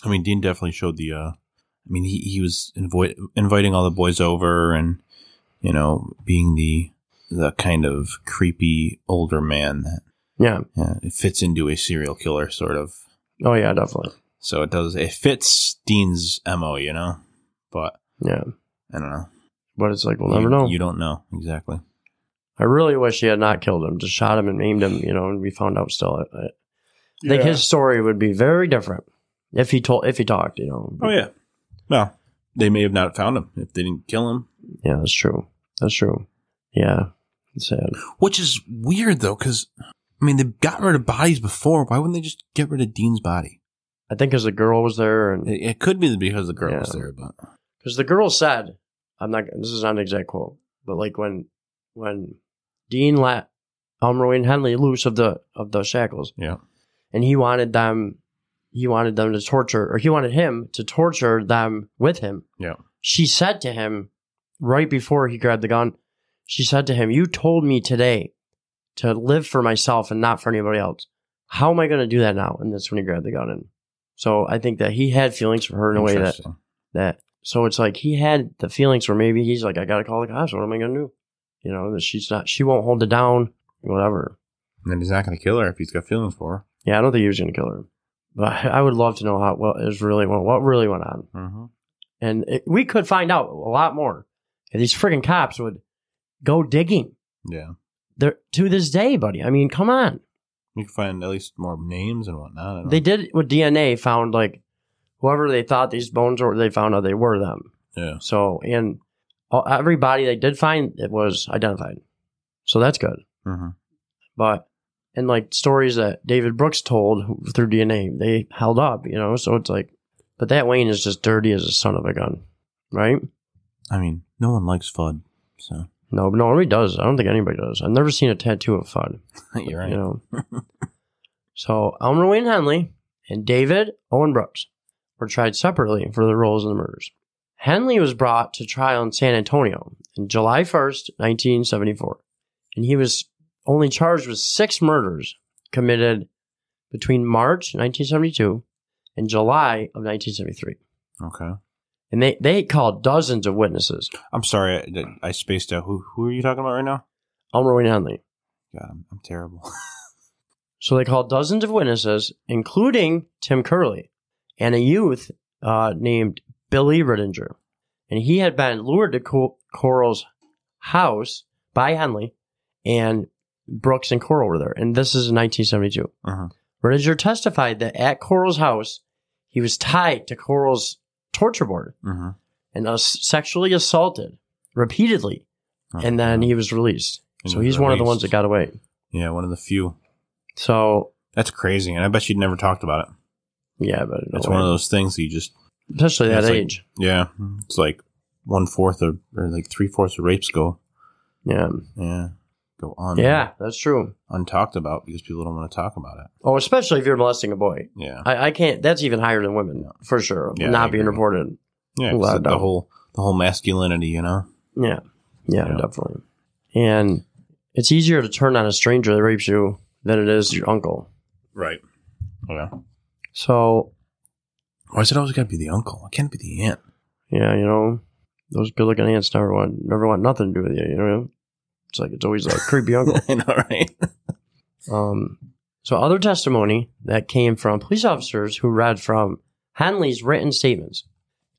I mean, Dean definitely showed the. Uh, I mean, he he was invoi- inviting all the boys over, and you know, being the the kind of creepy older man that Yeah. uh, it fits into a serial killer sort of. Oh, yeah, definitely. So it does. It fits Dean's mo, you know. But Yeah. I don't know. But it's like, we'll You- never know. You don't know exactly. I really wish he had not killed him, just shot him and maimed him, you know, and we found out still. I, I think his story would be very different if he told, if he talked, you know. Oh yeah. Well, they may have not found him if they didn't kill him, Yeah, that's true. That's true. Yeah, it's sad. which is weird though, because I mean they got rid of bodies before. Why wouldn't they just get rid of Dean's body? I think because the girl was there, and It, it could be because the girl was Yeah. there, but because the girl said, "I'm not." This is not an exact quote, but like when when Dean let Elmer and Henley loose of the of the shackles, yeah. and he wanted them, he wanted them to torture, or he wanted him to torture them with him. Yeah. She said to him right before he grabbed the gun, she said to him, You told me today to live for myself and not for anybody else. How am I going to do that now? And that's when he grabbed the gun. And so I think that he had feelings for her in a way that, Interesting. that, so it's like he had the feelings where maybe he's like, I got to call the cops. What am I going to do? You know, that she's not, she won't hold it down, whatever. And then he's not going to kill her if he's got feelings for Yeah, I don't think he was going to kill her. But *laughs* I would love to know how, what is really, what really went on. her. Mm-hmm. And it, we could find out a lot more if these freaking cops would go digging. Yeah, They're, to this day, buddy. I mean, come on. we can find at least more names and whatnot. I don't They know. did with DNA, found like whoever they thought these bones were, they found out they were them. yeah, So, and all, every body they did find, it was identified. So that's good. mm-hmm. But, and like stories that David Brooks told through DNA, they held up, you know? So it's like, but that Wayne is just dirty as a son of a gun, right? I mean, no one likes FUD, so No, but nobody does. I don't think anybody does. I've never seen a tattoo of Fudd. *laughs* you're right. You know. so Elmer Wayne Henley and David Owen Brooks were tried separately for their roles in the murders. Henley was brought to trial in San Antonio on July 1st, 1974, and he was only charged with six murders committed between March 1972 and July of 1973. Okay, And they, they called dozens of witnesses. I'm sorry, I, I spaced out. Who who are you talking about right now? Elroy Henley. God, I'm, I'm terrible. *laughs* So they called dozens of witnesses, including Tim Curley and a youth uh, named Billy Rittinger. And he had been lured to Co- Coral's house by Henley, and Brooks and Coral were there. And this is in 1972. Uh-huh. Rittinger testified that at Coral's house, he was tied to Coral's torture board Mm-hmm. and uh, sexually assaulted repeatedly. Oh, and then he was released. And so was he's one of the ones that released. got away. yeah, one of the few. So, That's crazy, and I bet you'd never talked about it. yeah, but no It's way. one of those things that you just especially that It's like- age. yeah. It's like one fourth or, or like three fourths of rapes go yeah. yeah go on Yeah, that's true. untalked about because people don't want to talk about it. Oh, especially if you're molesting a boy. Yeah, I, I can't. That's even higher than women for sure. Yeah, not I being agree. reported. yeah. 'cause Well, I the, the don't. whole the whole masculinity, you know. Yeah. yeah, Yeah. definitely. And it's easier to turn on a stranger that rapes you than it is your uncle. Right. Yeah. So Why is it always got to be the uncle? It can't be the aunt. *laughs* yeah, you know, those good-looking aunts never want never want nothing to do with you. You know, it's like it's always like creepy uncle. I know, right? Um, so other testimony that came from police officers who read from Henley's written statements.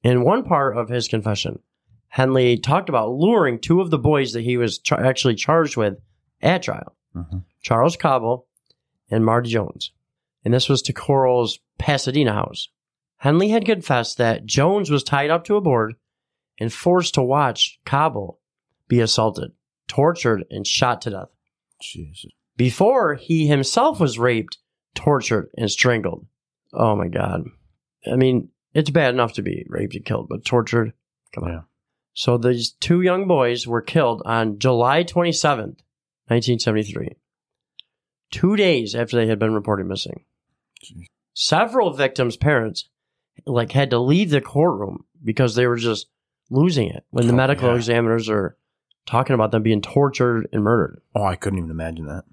In one part of his confession, Henley talked about luring two of the boys that he was char- actually charged with at trial, Mhm. Charles Cobble and Marty Jones. And this was to Coral's Pasadena house. Henley had confessed that Jones was tied up to a board and forced to watch Cobble be assaulted, tortured, and shot to death Jesus. before he himself was raped, tortured, and strangled. Oh my God. I mean, it's bad enough to be raped and killed, but tortured? Come on. Yeah. So these two young boys were killed on July 27th, 1973, two days after they had been reported missing. Jeez. Several victims' parents like had to leave the courtroom because they were just losing it when the Oh, medical yeah. examiners are talking about them being tortured and murdered. Oh, I couldn't even imagine that.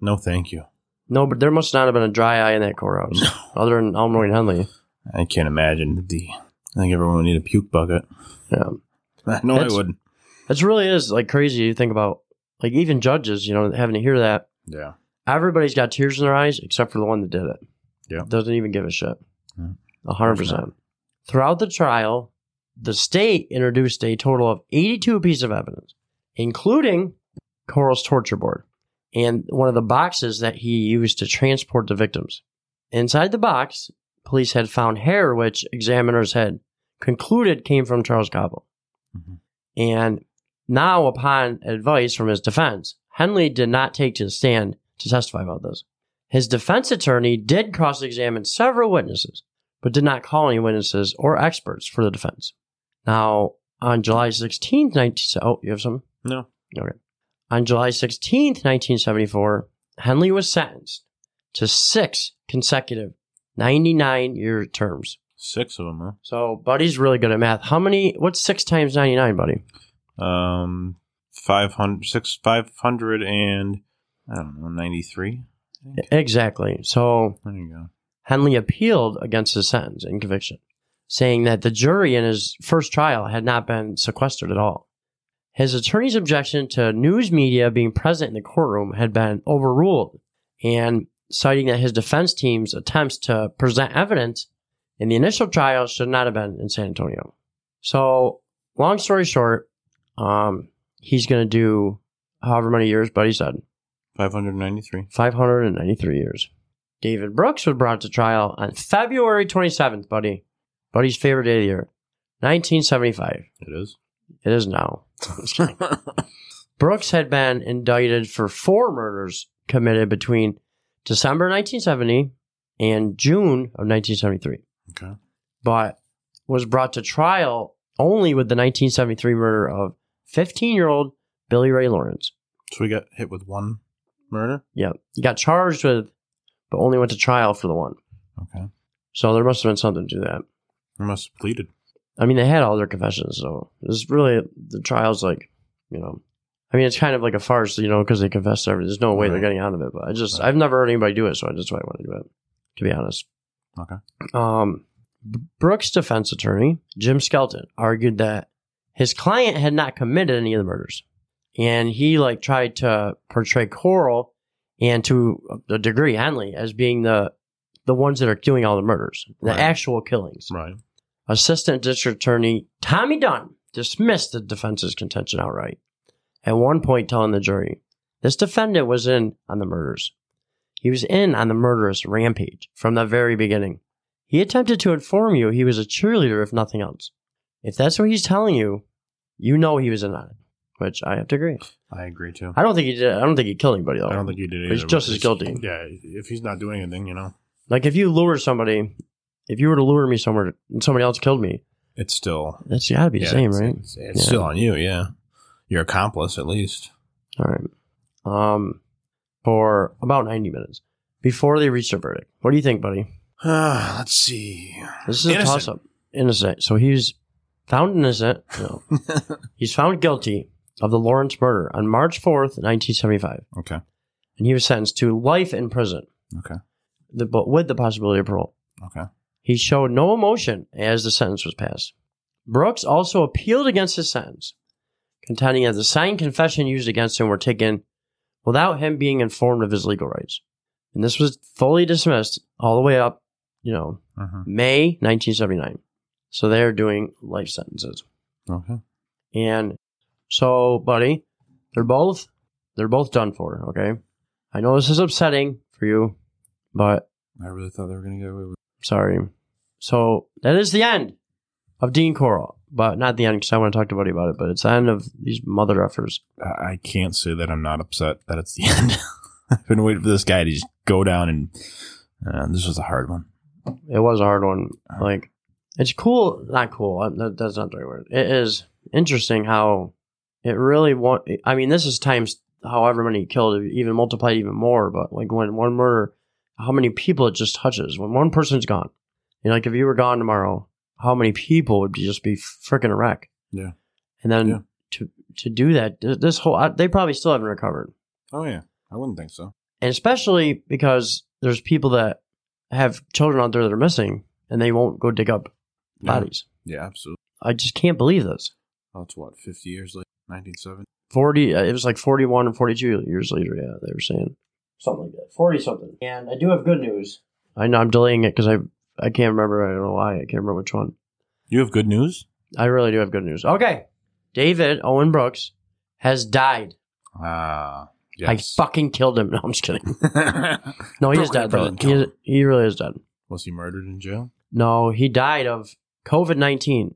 No, thank you. No, but there must not have been a dry eye in that courthouse, other than Elmore and Henley. I can't imagine the. I think everyone would need a puke bucket. *laughs* Yeah, I know That's- I would. it really is like crazy to think about. Like even judges, you know, having to hear that. Yeah. Everybody's got tears in their eyes except for the one that did it. Yeah. doesn't even give a shit. Yeah. A hundred Of course not. percent. Throughout the trial, the state introduced a total of eighty-two pieces of evidence, including Coral's torture board and one of the boxes that he used to transport the victims. Inside the box, police had found hair which examiners had concluded came from Charles Cobble. Mhm. And now, upon advice from his defense, Henley did not take to the stand to testify about this. His defense attorney did cross examine several witnesses, but did not call any witnesses or experts for the defense. Now, on July 16th, 19. Oh, you have something? No. Okay. On July 16th, 1974, Henley was sentenced to six consecutive 99 year terms. Six of them, huh? So, Buddy's really good at math. How many? What's six times 99, Buddy? Um, five hundred, six, five hundred and I don't know, ninety-three. Exactly. So, There you go. Henley appealed against his sentence and conviction, saying that the jury in his first trial had not been sequestered at all. His attorney's objection to news media being present in the courtroom had been overruled, and citing that his defense team's attempts to present evidence in the initial trial should not have been in San Antonio. So, long story short, um, he's going to do however many years, but he said. Five hundred ninety-three. 593 years. David Brooks was brought to trial on February 27th, buddy. Buddy's favorite day of the year, 1975. It *laughs* is. It is now. Brooks had been indicted for four murders committed between December 1970 and June of 1973, okay. but was brought to trial only with the 1973 murder of 15 year old Billy Ray Lawrence. So we got hit with one murder. Yeah, he got charged with, but only went to trial for the one. Okay. So there must have been something to that. We must have pleaded. I mean, they had all their confessions, so it's really the trial's like, you know, I mean, it's kind of like a farce, you know, because they confessed to everything. There's no way they're Right. getting out of it. But I just, Right. I've never heard anybody do it, so that's why I want to do it, to be honest. Okay. Um, Brooks' defense attorney, Jim Skelton, argued that his client had not committed any of the murders. And he like tried to portray Coral and to a degree Henley as being the the ones that are doing all the murders, the Right. actual killings. Right. Assistant District Attorney Tommy Dunn dismissed the defense's contention outright, at one point telling the jury, This defendant was in on the murders. He was in on the murderous rampage from the very beginning. He attempted to inform you he was a cheerleader, if nothing else. If that's what he's telling you, you know he was in on it, which I have to agree. I agree too. I don't think he did. I don't think he killed anybody, though. I don't think he did either. He's but just as it's- guilty. Yeah, if he's not doing anything, you know, like, if you lure somebody, if you were to lure me somewhere and somebody else killed me, it's still that's got to be the yeah, same, it's- right? It's, it's Yeah. still on you. Yeah, your accomplice at least. *sighs* All right. Um, for about 90 minutes before they reached a verdict. What do you think, buddy? Let's see. This is a Innocent. toss up. Innocent. So he's found innocent. *laughs* No. he's found guilty of the Lawrence murder on March 4th, 1975. Okay. And he was sentenced to life in prison. Okay. The, but with the possibility of parole. Okay. He showed no emotion as the sentence was passed. Brooks also appealed against his sentence, contending that the signed confession used against him were taken without him being informed of his legal rights. And this was fully dismissed all the way up, you know, Mhm. May 1979. So they're doing life sentences. Okay. And so, buddy, they're both they're both done for, okay? I know this is upsetting for you, but I really thought they were gonna get away with. Sorry. So that is the end of Dean Coral, but not the end because I want to talk to Buddy about it. But it's the end of these mother effers. I I can't say that I'm not upset that it's the *laughs* end. I've been waiting for this guy to just go down, and uh, this was a hard one. It was a hard one. Uh-huh. Like it's cool, not cool. uh, that- That's not the right word. It is interesting how it really. wa- I mean, this is times however many he killed, even multiplied even more. But like when one murder, how many people it just touches when one person's gone. You know, like if you were gone tomorrow, how many people would just be freaking a wreck? Yeah. And then Yeah. to to do that, th- this whole I- they probably still haven't recovered, Oh yeah, I wouldn't think so. and especially because there's people that have children out there that are missing, and they won't go dig up bodies. Yeah, absolutely. I just can't believe this. That's what 50 years later, 1970. 40 uh, it was like 41 and 42 years later yeah they were saying something like that 40 something and i do have good news i know i'm delaying it because i i can't remember i don't know why i can't remember which one You have good news. i really do have good news okay david owen brooks has died Ah, yes. i fucking killed him *laughs* no i'm just kidding no he Brooklyn is dead though. Prison He, is- he really is dead *laughs* was he murdered in jail? no he died of covid-19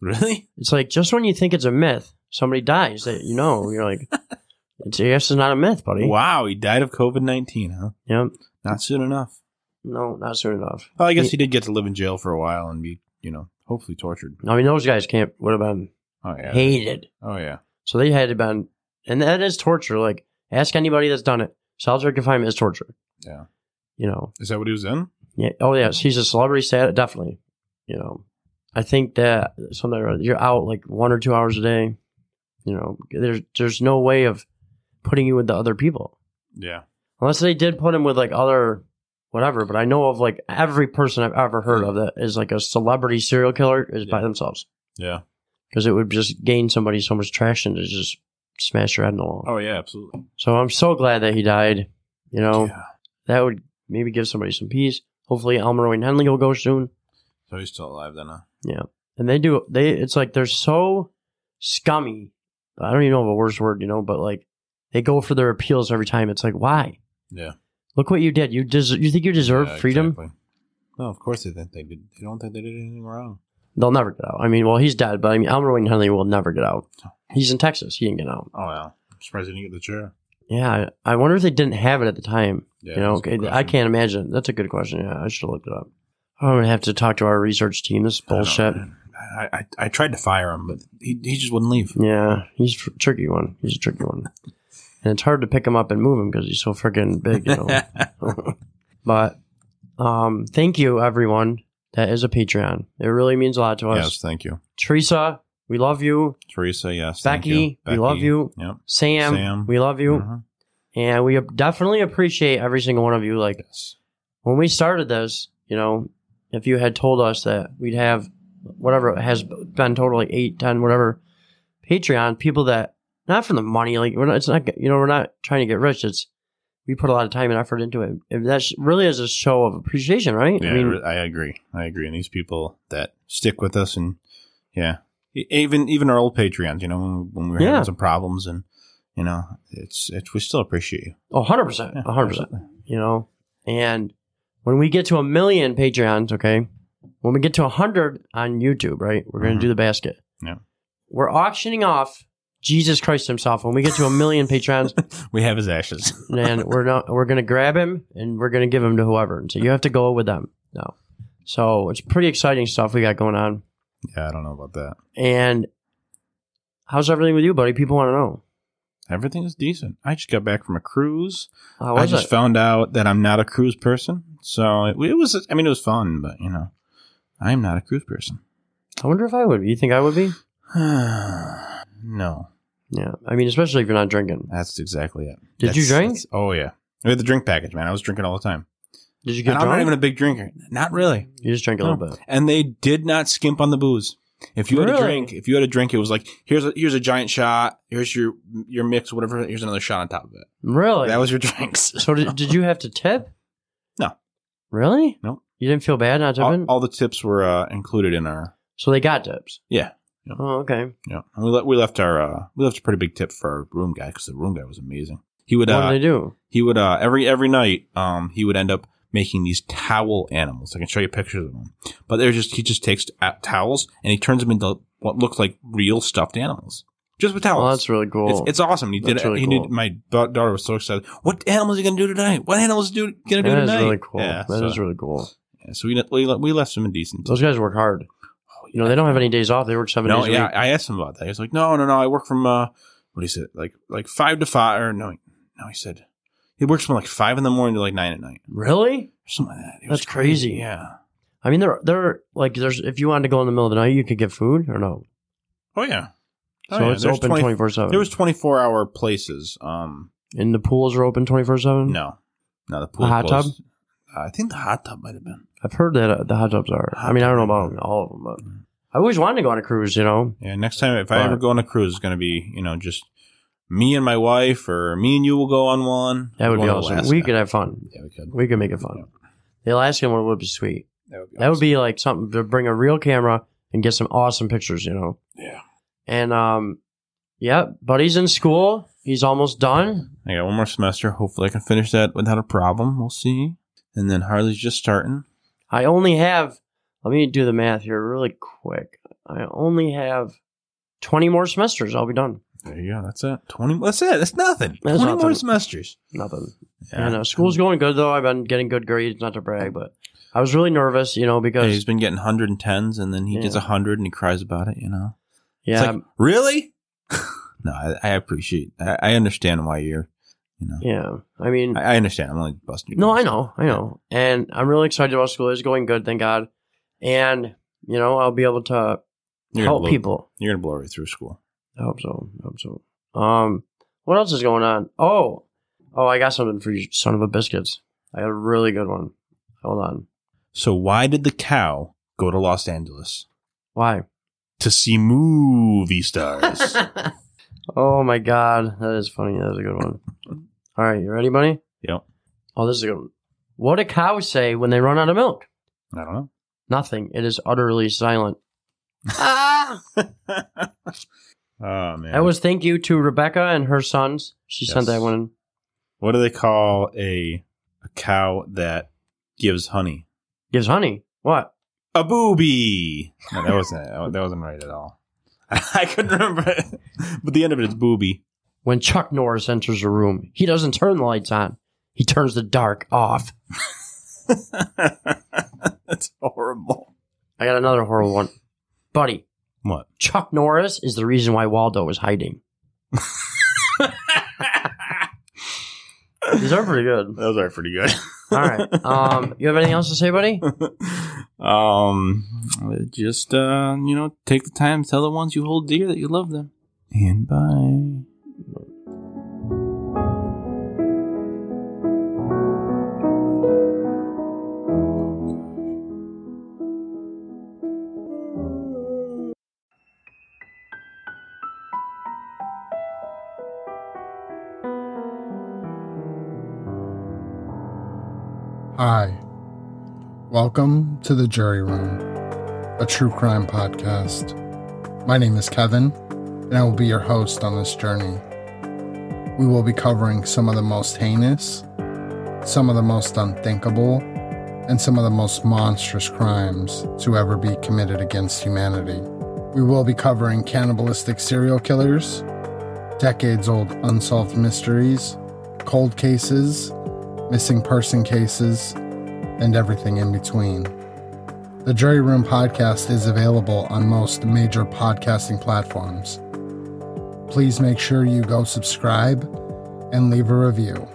Really? it's like just when you think it's a myth somebody dies that you know you're *laughs* like it's, yes, it's not a myth buddy Wow, he died of COVID 19, huh? yeah Not soon enough. no not soon enough Well, I guess he did get to live in jail for a while and be, you know, hopefully tortured. I mean, those guys can't would have been Oh, yeah. hated. Oh, yeah. So they had been, and that is torture. Like, ask anybody that's done it. Solitary confinement is torture. Yeah. You know. Is that what he was in? Yeah. Oh yes, he's a celebrity. Stat, definitely. You know. I think that something or other, you're out like one or two hours a day. You know, there's there's no way of putting you with the other people Yeah. unless they did put him with like other whatever. But I know of like every person I've ever Mm. heard of that is like a celebrity serial killer is by themselves. Yeah. because it would just gain somebody so much traction to just smash your head in the wall. Oh, yeah, absolutely. So I'm so glad that he died. You know, Yeah. that would maybe give somebody some peace. Hopefully, Elmer and Henley will go soon. So he's still alive then, huh? And they do. They it's like they're so scummy. I don't even know the worst word, you know, but like they go for their appeals every time. It's like why? Yeah. Look what you did. You des- You think you deserve Yeah, freedom? exactly. No, of course they think they did. They don't think they did anything wrong. They'll never get out. I mean, well, he's dead, but I mean, Elmer Wayne Henley will never get out. He's in Texas. He didn't get out. Oh, yeah. I'm surprised he didn't get the chair. Yeah, I, I wonder if they didn't have it at the time. Yeah, you know, that's a good okay, I question. can't imagine. That's a good question. Yeah, I should have looked it up. I'm gonna have to talk to our research team. This is I don't know, bullshit. man. I, I, I tried to fire him, but he, he just wouldn't leave. Yeah, he's a tricky one. He's a tricky one, and it's hard to pick him up and move him because he's so freaking big. *laughs* You know. but um, thank you everyone that is a Patreon. It really means a lot to us. yes, thank you. Teresa, we love you. Teresa, yes. thank you. Becky, we love you. Yep. Sam, Sam. we love you, Mhm. and we definitely appreciate every single one of you. Like Yes. when we started this, you know, if you had told us that we'd have whatever it has been totally eight, ten, whatever Patreon people that not for the money, like we're not, it's not you know we're not trying to get rich. It's we put a lot of time and effort into it. And that really is a show of appreciation, right? Yeah, I, re- I agree. I agree. And these people that stick with us, and yeah, E- even even our old Patreons, you know, when, when we were Yeah. having some problems, and you know, it's it's we still appreciate you. Oh, 100%. Yeah, 100%. You know, and when we get to a million Patreons, okay, when we get to 100 on YouTube, right, we're going to Mhm. do the basket. Yeah. We're auctioning off Jesus Christ himself. When we get to a million *laughs* Patreons, We have his ashes. and we're not, we're going to grab him and we're going to give him to whoever. And so you have to go with them now. So it's pretty exciting stuff we got going on. yeah, I don't know about that. And how's everything with you, buddy? People want to know. Everything is decent. I just got back from a cruise. How I was just it? found out that I'm not a cruise person. So it, it was. I mean, it was fun, but you know, I am not a cruise person. *sighs* I wonder if I would be. You think I would be? no, Yeah. I mean, especially if you're not drinking. that's exactly it. Did you That's- drink? that's- Oh yeah, we had the drink package, man. I was drinking all the time, Did you and get I'm drunk? not even a big drinker. Not really. you just drank a No. little bit. And they did not skimp on the booze. If you had Really? a drink, if you had a drink, it was like here's a here's a giant shot. Here's your your mix, whatever. Here's another shot on top of it. Really? that was your *laughs* drinks. so did, did you have to tip? No. Really? Nope. You didn't feel bad not tipping? All, all the tips were uh, included in our so they got tips. yeah. Oh, okay. Yeah, and we, le- we left our uh, we left a pretty big tip for our room guy because the room guy was amazing. He would what uh, did they do? he would uh, every every night um he would end up making these towel animals. I can show you pictures of them, but they're just he just takes out towels and he turns them into what looks like real stuffed animals, just with Well, towels. that's really cool. uh, it's, it's awesome. He did. That's it. really he cool. did. My da- daughter was so excited. What animals are you gonna do tonight? What animals do gonna do that is tonight? really cool. That Yeah, is so, really cool. yeah, so we, le- we le- we left some indecent. Those guys work hard. You know, they don't have any days off. They work seven Oh, No, days a yeah, week. I asked him about that. He was like, "No, no, no. I work from uh, what is it? Like like five to five? Or no, no. He said he works from like five in the morning to like nine at night, Really? or something like that. It That's crazy. Yeah. I mean, they're, they're like, there's if you wanted to go in the middle of the night, you could get food or no? Oh yeah. Oh, So yeah. it's There's open 20 24 7. There was twenty four hour places. Um, and the pools are open 24 7? no, no. The pool Hmm. The hot closed. Uh, I think the hot tub might have been. I've heard that uh, the hot tubs are. I mean, I don't know about all of them, but I always wanted to go on a cruise, you know? Yeah. Next time, if I But- ever go on a cruise, it's gonna be you know just me and my wife, or me and you will go on one. That would We're be going to awesome. Alaska. We could have fun. Yeah, we could. We could make it fun. The Alaskan one would be sweet. That would be. That would be like something to bring a real camera and get some awesome pictures, you know. Yeah. And um, yeah, buddy's in school. He's almost done. I got one more semester. Hopefully, I can finish that without a problem. We'll see. And then Harley's just starting. I only have. Let me do the math here really quick. I only have twenty more semesters. I'll be done. There you go. That's it. Twenty. That's it. That's nothing. That's Twenty more nothing. semesters. Nothing. You know, school's going good though. I've been getting good grades. Not to brag, but I was really nervous, you know, Yeah, because he's been getting hundred and tens, and then he Yeah. gets gets hundred, and he cries about it. You know. yeah, It's like, really? *laughs* no, I, I appreciate. I, I understand why you're. You know. yeah. I mean, I, I understand. I'm only busting. your No, balls. I know, I know, and I'm really excited about school. It's going good, thank God, and you know I'll be able to You're gonna help blow, people. You're gonna blow right through school. I hope so. I hope so. Um, what else is going on? Oh, oh, I got something for you, son of a biscuits. I got a really good one. Hold on. So why did the cow go to Los Angeles Why? to see movie *laughs* stars? oh my God, that is funny. That is a good one. All right, you ready, buddy? Yep. Oh, this is a good one. What do cows say when they run out of milk? I don't know. Nothing. It is utterly silent. Ah. *laughs* oh man. That was thank you to Rebecca and her sons. She sent Yes. that one in. What do they call a a cow that gives honey? Gives honey. What? A booby. No, that wasn't *laughs* that wa- that wasn't right at all. I couldn't remember, it. but the end of it is booby. *laughs* When Chuck Norris enters a room, he doesn't turn the lights on. He turns the dark off. That's horrible. I got another horrible one. Buddy, What? Chuck Norris is the reason why Waldo is hiding. These are pretty *laughs* good. Those are pretty good. All right. Um, you have anything else to say, buddy? *laughs* um, just uh, you know, take the time to tell the ones you hold dear that you love them. And bye. Hi. Welcome to the Jury Room, a true crime podcast. My name is Kevin, and I will be your host on this journey. We will be covering some of the most heinous, some of the most unthinkable, and some of the most monstrous crimes to ever be committed against humanity. We will be covering cannibalistic serial killers, decades old unsolved mysteries, cold cases, missing person cases, and everything in between. The Jury Room podcast is available on most major podcasting platforms. Please make sure you go subscribe and leave a review.